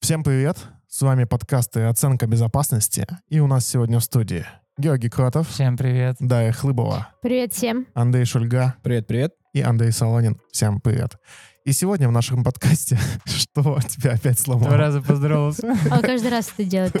Всем привет! С вами подкасты «Оценка безопасности». И у нас сегодня в студии Георгий Кротов, Всем привет. Дарья Хлыбова, Привет всем. Андрей Шульга Привет, привет. и Андрей Солонин. Всем привет! И сегодня в нашем подкасте «Что тебя опять Два сломало?» раза поздоровался. Он А каждый раз это делает.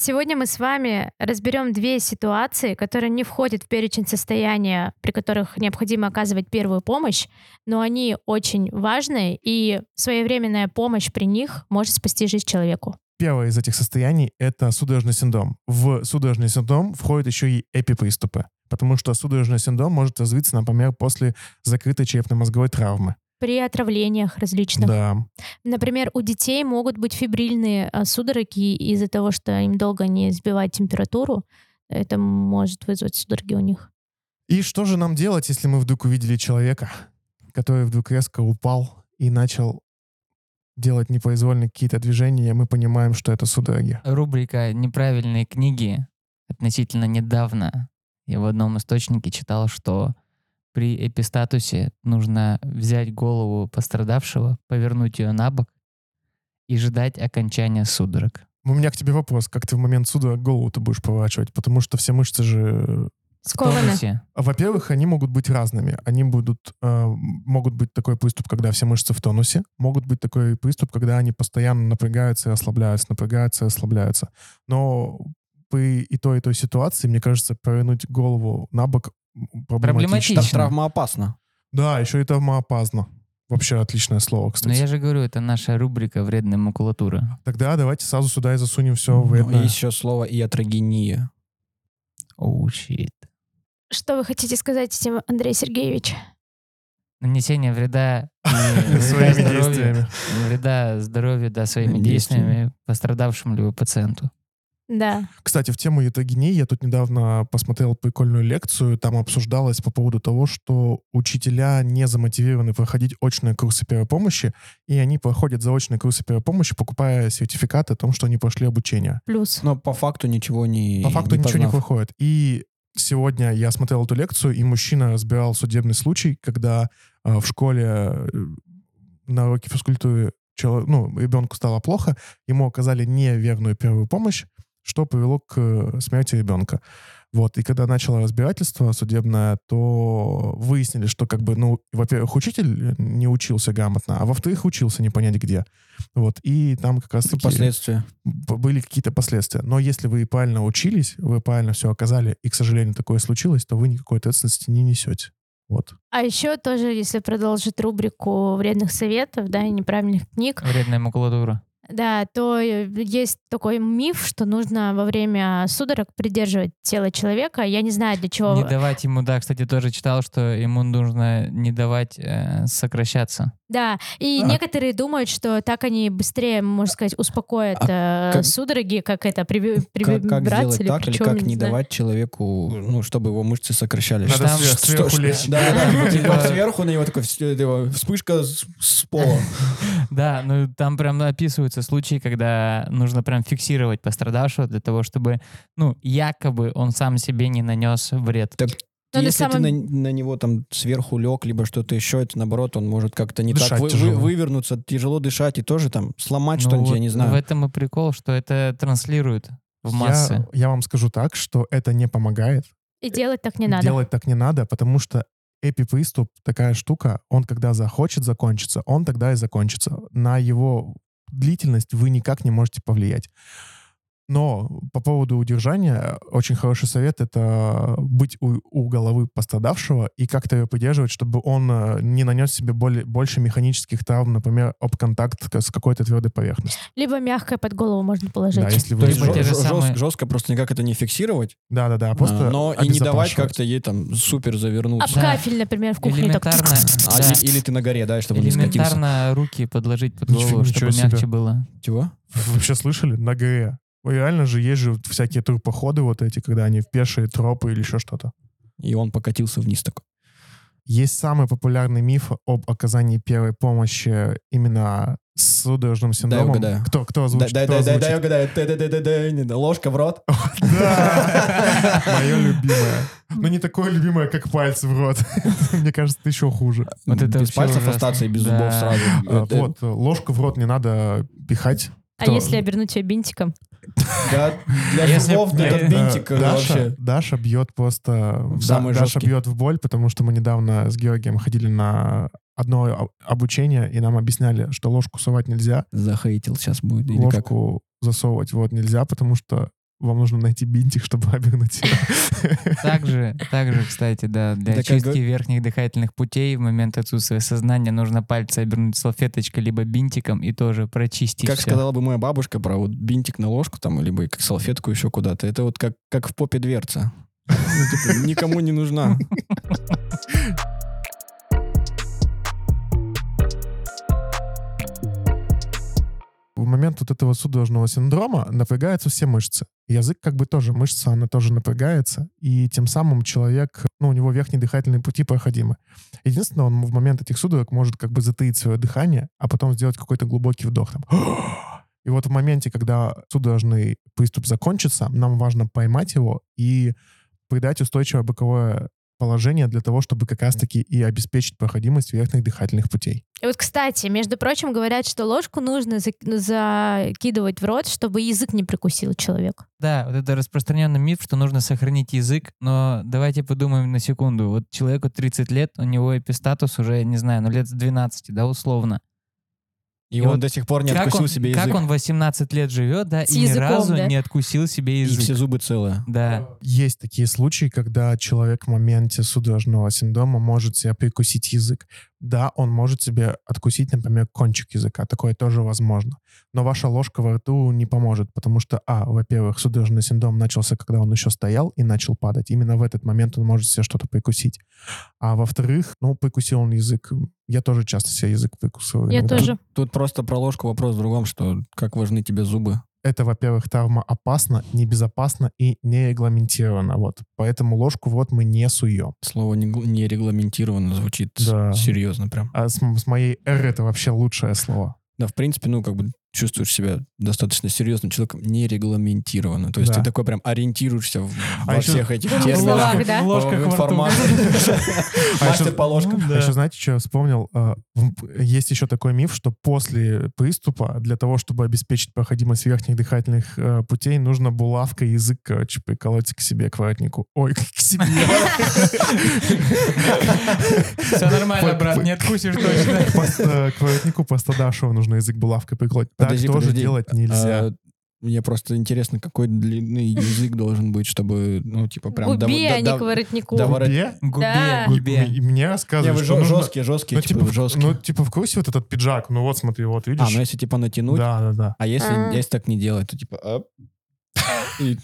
Сегодня мы с вами разберем две ситуации, которые не входят в перечень состояния, при которых необходимо оказывать первую помощь, но они очень важны, и своевременная помощь при них может спасти жизнь человеку. Первое из этих состояний — это судорожный синдром. В судорожный синдром входят еще и эпиприступы, потому что судорожный синдром может развиться, например, после закрытой черепно-мозговой травмы. При отравлениях различных. Да. Например, у детей могут быть фибрильные а, судороги из-за того, что им долго не сбивать температуру. Это может вызвать судороги у них. И что же нам делать, если мы вдруг увидели человека, который вдруг резко упал и начал делать непроизвольно какие-то движения, и мы понимаем, что это судороги. Рубрика «Неправильные книги» относительно недавно. Я в одном источнике читал, что при эпистатусе нужно взять голову пострадавшего, повернуть ее на бок и ждать окончания судорог. У меня к тебе вопрос, как ты в момент судорог голову ты будешь поворачивать, потому что все мышцы же... э, В Скованы. тонусе. А, Во-первых, они могут быть разными. Они будут, э, могут быть такой приступ, когда все мышцы в тонусе, могут быть такой приступ, когда они постоянно напрягаются и ослабляются, напрягаются и ослабляются. Но при и той, и той ситуации, мне кажется, повернуть голову на бок м, проблематично. Отлично. Травма опасна. Да, еще и травмоопазно. Вообще отличное слово, Но кстати. я же говорю, это наша рубрика «Вредная макулатура». Тогда давайте сразу сюда и засунем все в Ну, Ну, и это. еще слово иатрогения. Оу, щит. Что вы хотите сказать этим, Андрей Сергеевич? Нанесение вреда э, вреда Своими здоровью, действиями. вреда здоровью, да, своими Действиями. действиями пострадавшему либо пациенту. Да. Кстати, в тему ятогении я тут недавно посмотрел прикольную лекцию. Там обсуждалось по поводу того, что учителя не замотивированы проходить очные курсы первой помощи, и они проходят заочные курсы первой помощи, покупая сертификаты о том, что они прошли обучение. Плюс. Но по факту ничего не По факту не ничего не познав. выходит. И сегодня я смотрел эту лекцию, и мужчина разбирал судебный случай, когда э, в школе э, на уроке физкультуры чело- ну, ребенку стало плохо, ему оказали неверную первую помощь, что привело к э, смерти ребенка. Вот, и когда начало разбирательство судебное, то выяснили, что как бы, ну, во-первых, учитель не учился грамотно, а во-вторых, учился не понять где. Вот, и там как раз И Последствия. б- были какие-то последствия. Но если вы правильно учились, вы правильно все оказали, и, к сожалению, такое случилось, то вы никакой ответственности не несете. Вот. А еще тоже, если продолжить рубрику вредных советов, да, и неправильных книг, Вредная макулатура. да, то э, есть такой миф, что нужно во время судорог придерживать тело человека. Я не знаю, для чего. Не давать ему, да, кстати, тоже читал, что ему нужно не давать э, сокращаться. Да, и А. некоторые думают, что так они быстрее, можно сказать, успокоят э, А как- судороги, как это, приби- Как, как прибраться сделать или так, или причем, как не знаю. давать человеку, ну, чтобы его мышцы сокращались. Надо Штамп- сверх- что- сверху что- лечь. Да, да, Ну, да. типа- Типа сверху на него такой вс- его вспышка с, с пола. Да, ну там прям описываются случаи, когда нужно прям фиксировать пострадавшего для того, чтобы, ну, якобы он сам себе не нанес вред. Ну, на Если самом- ты на, на него там сверху лег, либо что-то еще, это наоборот, он может как-то не Дышать так вы- вы- тяжело. вывернуться, тяжело дышать и тоже там сломать Ну, что-нибудь, вот А я не знаю. В этом и прикол, что это транслирует в Я, массы. я вам скажу так, что это не помогает. И делать так не надо. Делать так не надо, потому что эпиприступ, такая штука, он когда захочет закончиться, он тогда и закончится. На его длительность вы никак не можете повлиять. Но по поводу удержания, очень хороший совет — это быть у, у головы пострадавшего и как-то ее поддерживать, чтобы он э, не нанес себе боли- больше механических травм, например, об контакт к- с какой-то твердой поверхностью. Либо мягкое под голову можно положить. Да, если То вы... есть жё- те же Жё- жё- самые- жёст- Жестко просто никак это не фиксировать, Да-да-да, просто а, но и не давать обезопашивать. как-то ей там супер Об завернуться. Да. А кафель, например, в кухне так. Элементарно, А, да. и- Или ты на горе, да, чтобы не скатился. элементарно руки подложить под Ничего- голову, ничего чтобы себе. мягче было. Чего? Вы вообще слышали? На ГЭ. Ой, Реально же есть же всякие турпоходы вот эти, когда они в пешие тропы или еще что-то. И он покатился вниз такой. Есть самый популярный миф об оказании первой помощи именно с судорожным синдромом. угадаю. Кто, кто Дай, озвучит? дай, кто дай, дай, озвучит? дай, угадаю. Ды-ды-ды-ды-ды. Ложка в рот. Да. Мое любимое. Но не такое любимое, как пальцы в рот. Мне кажется, это еще хуже. Вот это без вообще пальцев ужасно. остаться и без зубов Да. сразу. А, Это- Вот, ложку в рот не надо пихать. А Кто? если обернуть ее бинтиком? Да, для Если зубов б- этот э, бинтик Э, э, Даша, вообще. Даша бьет просто... В Да- самый Даша жёсткий. бьет в боль, потому что мы недавно с Георгием ходили на одно об- обучение, и нам объясняли, что ложку совать нельзя, Захейтил сейчас будет. Или как? ложку засовывать вот нельзя, потому что вам нужно найти бинтик, чтобы обернуть её. Также, также, кстати, да, для Да как чистки бы- верхних дыхательных путей в момент отсутствия сознания нужно пальцы обернуть салфеточкой либо бинтиком и тоже прочистить. Как всё. сказала бы моя бабушка про вот бинтик на ложку там, либо как салфетку еще куда-то. Это вот как, как в попе дверца. Ну, типа, Никому не нужна. в момент вот этого судорожного синдрома напрягаются все мышцы. Язык как бы тоже, мышца, она тоже напрягается, и тем самым человек, ну, у него верхние дыхательные пути проходимы. Единственное, он в момент этих судорог может как бы затаить свое дыхание, а потом сделать какой-то глубокий вдох. Там. И вот в моменте, когда судорожный приступ закончится, нам важно поймать его и придать устойчивое боковое положение для того, чтобы как раз-таки и обеспечить проходимость верхних дыхательных путей. И вот, кстати, между прочим, говорят, что ложку нужно зак- закидывать в рот, чтобы язык не прикусил человек. Да, вот это распространенный миф, что нужно сохранить язык, но давайте подумаем на секунду. Вот человеку 30 лет, у него эпистатус уже, не знаю, ну лет с 12, да, условно. И И он вот до сих пор не как откусил он, себе Как язык. он 18 лет живет, да, С и ни языком, разу да? не откусил себе И язык. все зубы целые. Да. Есть такие случаи, когда человек в моменте судорожного синдрома может себе прикусить язык. Да, он может себе откусить, например, кончик языка. Такое тоже возможно. Но ваша ложка во рту не поможет, потому что, а, во-первых, судорожный синдром начался, когда он еще стоял и начал падать. Именно в этот момент он может себе что-то прикусить. А во-вторых, ну, прикусил он язык. Я тоже часто себе язык Ну, прикусываю. Я иногда. тоже. Тут просто про ложку вопрос в другом, что как важны тебе зубы. это, во-первых, травма опасна, небезопасна и не регламентирована. Вот. Поэтому ложку вот мы не суем. Слово не, гл- не регламентированно звучит с- Да. серьезно прям. А с, м- с моей эры это вообще лучшее слово. Да, в принципе, ну, как бы чувствуешь себя достаточно серьезным человеком, нерегламентированно. То есть Да. А ты такой прям ориентируешься в- во еще- всех этих В терминах. словах, да? в информации. А Мастер еще- по ложкам. А еще знаете, что я вспомнил? А, в- Есть еще такой миф, что после приступа для того, чтобы обеспечить проходимость верхних дыхательных э, путей, нужно булавкой язык, короче, приколоть к себе, к воротнику. Ой, к себе. Все нормально, Фу- брат, фу- не откусишь точно. Пост- э, К воротнику пострадавшего нужно язык булавкой приколоть. Так Подожди, тоже подожди. делать нельзя. А, Мне просто интересно, какой длинный язык должен быть, чтобы, ну, типа, прям... до- Губи, до- а не до- к воротнику. да, вот- Губе? Губе, Да. губе. И мне Не, рассказывают, вы что жё- нужно- жесткие, Ну, жесткие, типа, типа, в- жесткие. ну, типа, в курсе вот этот пиджак? Ну, вот, смотри, вот, видишь? А, ну, если, типа, натянуть, Да, да, да. а если А. если так не делать, то, типа... а. И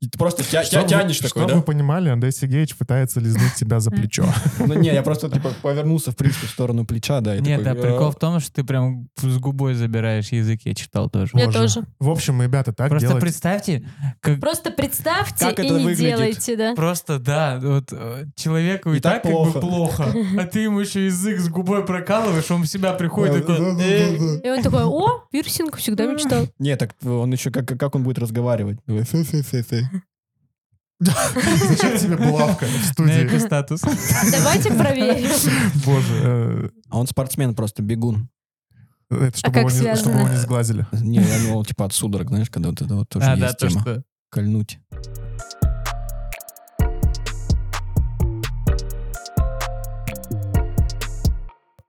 и ты просто тя- Чтоб тя- тянешь вы, такой, Чтобы вы да? понимали, Андрей Сергеевич пытается лизнуть тебя за плечо. Ну, не, я просто, типа, повернулся, в принципе, в сторону плеча, да. и Нет, такой, а прикол а. в том, что ты прям с губой забираешь язык, я читал тоже. Я Боже. тоже. В общем, ребята, так Просто делать... представьте, как Просто представьте Как и это не выглядит? делайте, да. просто, да, вот э, человеку и, И так, так как бы плохо, а ты ему еще язык с губой прокалываешь, он в себя Да, приходит такой... да, да, «Э, да, да. И он такой, о, пирсинг, всегда мечтал. Не, так он еще как, как он будет разговаривать? Давай, «Фе-фе-фе-фе». Зачем тебе булавка в «Э, на студии? эпистатус. Давайте проверим. Боже, А он спортсмен просто, бегун. э, это чтобы А его как не- чтобы связано? его не сглазили. Не, я думал, типа от судорог, знаешь, когда вот это вот тоже А, да, есть то, тема. что... Кольнуть.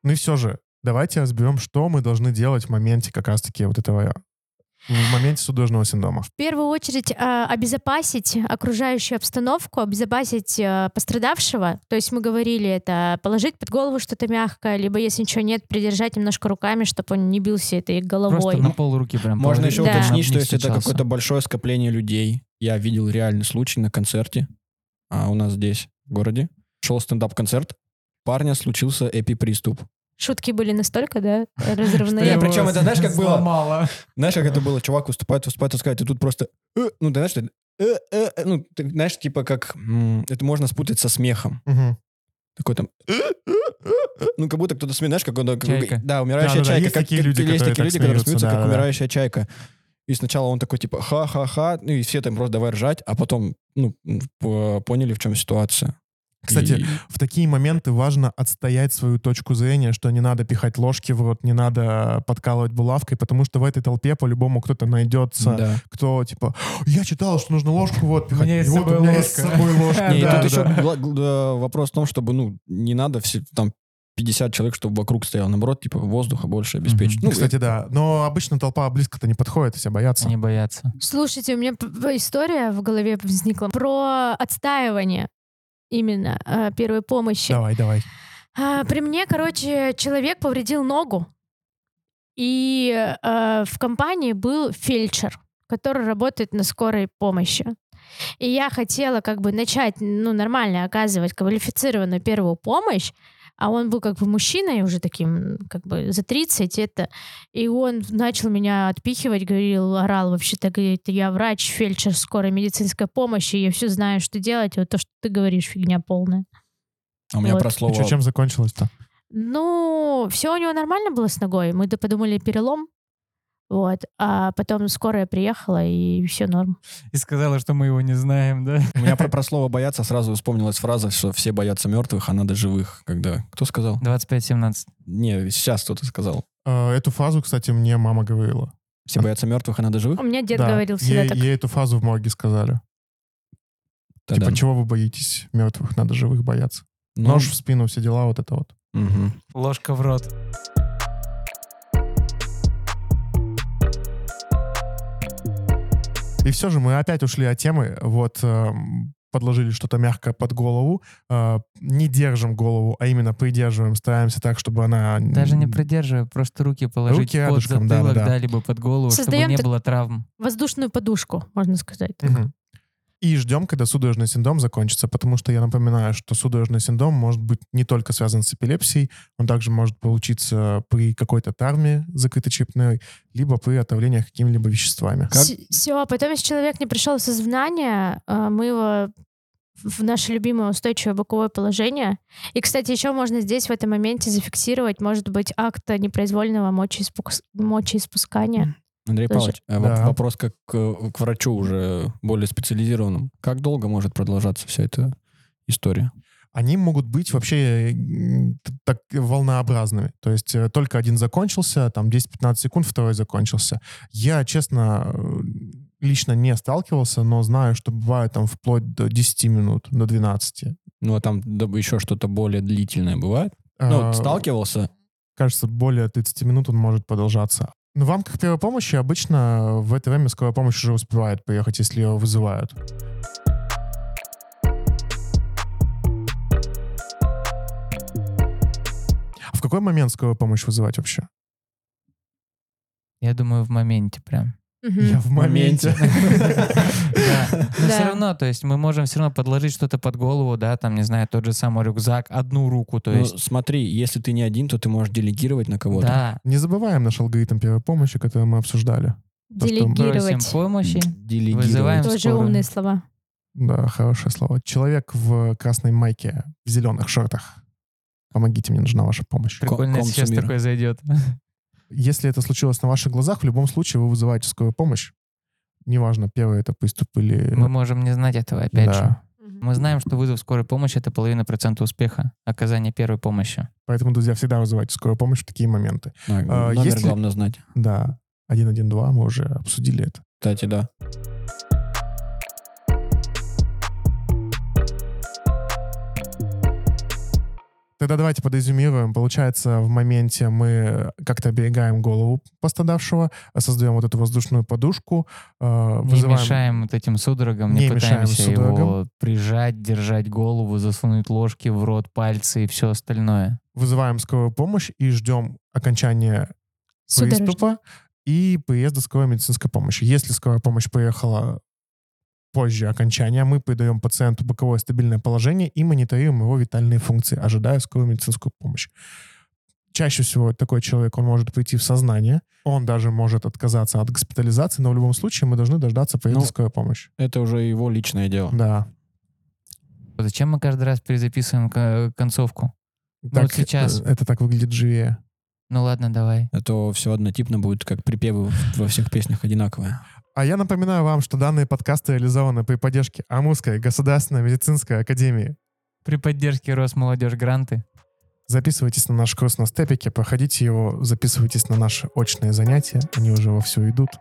Ну и все же, давайте разберем, что мы должны делать в моменте как раз-таки вот этого... В моменте судорожного синдрома. В первую очередь э, обезопасить окружающую обстановку, обезопасить э, пострадавшего. То есть мы говорили, это положить под голову что-то мягкое, либо если ничего нет, придержать немножко руками, чтобы он не бился этой Просто ну. головой. на пол руки прям Можно положить, еще Да. чтобы уточнить, он что не если это стучался. какое-то большое скопление людей. Я видел реальный случай на концерте а, у нас здесь, в городе. Шел стендап-концерт. Парня случился эпиприступ. Шутки были настолько, да, Что разрывные. Не, его причем это знаешь, как было? сломало. Знаешь, как это было? Чувак выступает, выступает, выступает, и тут просто... «Э», ну, ты знаешь, что это? «Э, э, э», ну, ты знаешь, типа как... м, Это можно спутать со смехом. Мгм. Такой там... Ну, как будто кто-то смеет, знаешь, как... он- как- Чайка. Да, умирающая Да-да-да, чайка. есть как- такие как- люди, Есть которые такие так люди, которые смеются, смеются, как да-да-да. умирающая чайка. И сначала он такой, типа, ха-ха-ха, ну и все там просто давай ржать, а потом, ну, п- поняли, в чем ситуация. Кстати, И- в такие моменты важно отстоять свою точку зрения, что не надо пихать ложки в рот, не надо подкалывать булавкой, потому что в этой толпе по-любому кто-то найдется, да. кто типа «Я читал, что нужно ложку вот пихать». меня есть И с вот собой у меня ложка. есть с собой ложка. Не, и Да, тут еще да. гла- гла- вопрос в том, чтобы, ну, не надо все, там 50 человек, чтобы вокруг стоял. Наоборот, типа, воздуха больше обеспечить. Мгм. Ну, Кстати, да. это- Но обычно толпа близко-то не подходит, все боятся. Они боятся. Слушайте, у меня п- п- история в голове возникла про отстаивание именно э, первой помощи. Давай, давай. А, При мне, короче, человек повредил ногу. И э, в компании был фельдшер, который работает на скорой помощи. И я хотела как бы начать, ну, нормально оказывать квалифицированную первую помощь, а он был как бы мужчиной уже таким, как бы за 30 это. И он начал меня отпихивать, говорил, орал вообще-то, говорит, я врач, фельдшер скорой медицинской помощи, я все знаю, что делать, и вот то, что ты говоришь, фигня полная. А у меня вот. про И слово... чё, чем закончилось-то? Ну, все у него нормально было с ногой. Мы д- подумали перелом. Вот. А потом скорая приехала, и все норм. И сказала, что мы его не знаем, да? У меня про, про слово «бояться» сразу вспомнилась фраза, что все боятся мертвых, а надо живых. Когда... Кто сказал? 25-17. Не, сейчас кто-то сказал. Э, Эту фразу, кстати, мне мама говорила. Все боятся мертвых, а надо живых? У меня дед Да. говорил всегда Ей- так. Ей эту фразу в морге сказали. Да-да. Типа, чего вы боитесь мертвых? Надо живых бояться. Ну, Нож в спину, все дела, вот это вот. мгм. Ложка в рот. И все же мы опять ушли от темы. Вот эм, подложили что-то мягкое под голову. Э, не держим голову, а именно придерживаем, стараемся так, чтобы она... Даже не придерживая, просто руки положить Руки под рядышком, затылок, да-да-да. да, либо под голову, Создаем чтобы не так- было травм. Воздушную подушку, можно сказать. Мгм. И ждем, когда судорожный синдром закончится, потому что я напоминаю, что судорожный синдром может быть не только связан с эпилепсией, он также может получиться при какой-то травме закрыточерепной, либо при отравлении какими-либо веществами. Как? Все, а потом, если человек не пришел в сознание, а, мы его в наше любимое устойчивое боковое положение. И, кстати, еще можно здесь в этом моменте зафиксировать, может быть, акт непроизвольного мочеиспу- мочеиспускания. Андрей Даже- Павлович, э, воп- Да. вопрос как э, к врачу уже более специализированному. Как долго может продолжаться вся эта история? Они могут быть вообще м, т- так волнообразными. То есть э, только один закончился, там 10-15 секунд, второй закончился. Я, честно, э, лично не сталкивался, но знаю, что бывает там вплоть до 10 минут, до 12. Ну, а там доб- еще что-то более длительное бывает? Ну, А, вот сталкивался? кажется, более 30 минут он может продолжаться. Но в рамках первой помощи обычно э, в это время скорая помощь уже успевает приехать, если ее вызывают. А В какой момент скорую помощь вызывать вообще? Я думаю, в моменте прям. Мгм. в моменте. Да. Но Да. все равно, то есть мы можем все равно подложить что-то под голову, да, там, не знаю, тот же самый рюкзак, одну руку, то Ну, есть. смотри, если ты не один, то ты можешь делегировать на кого-то. Да. Не забываем наш алгоритм первой помощи, который мы обсуждали. То, что мы- Просим Делегировать. помощи. Делегировать. Вызываем Тоже скорую. умные слова. Да, хорошее слово. Человек в красной майке, в зеленых шортах. Помогите, мне нужна ваша помощь. Прикольно, если Ком- сейчас комсумир. такое зайдет. Если это случилось на ваших глазах, в любом случае вы вызываете скорую помощь. Неважно, первый это приступ или... Мы можем не знать этого, Ну, опять Да. же. Мы знаем, что вызов скорой помощи — это половина процента успеха оказания первой помощи. Поэтому, друзья, всегда вызывайте скорую помощь в такие моменты. А, А, номер если- главное знать. Да, 112, мы уже обсудили это. Кстати, да. Тогда давайте подрезюмируем. Получается, в моменте мы как-то оберегаем голову пострадавшего, создаем вот эту воздушную подушку, э, вызываем... Не мешаем вот этим судорогам, Не не, мешаем пытаемся его судорогам. прижать, держать голову, засунуть ложки в рот, пальцы и все остальное. вызываем скорую помощь и ждем окончания Судорожно. приступа и приезда скорой медицинской помощи. Если скорая помощь приехала позже окончания, мы придаем пациенту боковое стабильное положение и мониторируем его витальные функции, ожидая скорую медицинскую помощь. Чаще всего такой человек, он может прийти в сознание, он даже может отказаться от госпитализации, но в любом случае мы должны дождаться приезда Ну, скорой помощи. Это уже его личное дело. Да. Зачем мы каждый раз перезаписываем к- концовку? Так, вот сейчас. э, Это так выглядит живее. Ну ладно, давай. А то все однотипно будет, как припевы в- во всех песнях одинаковые. А я напоминаю вам, что данные подкасты реализованы при поддержке Амурской государственной медицинской академии. При поддержке Росмолодежь гранты. Записывайтесь на наш курс на степике, проходите его, записывайтесь на наши очные занятия, они уже вовсю идут.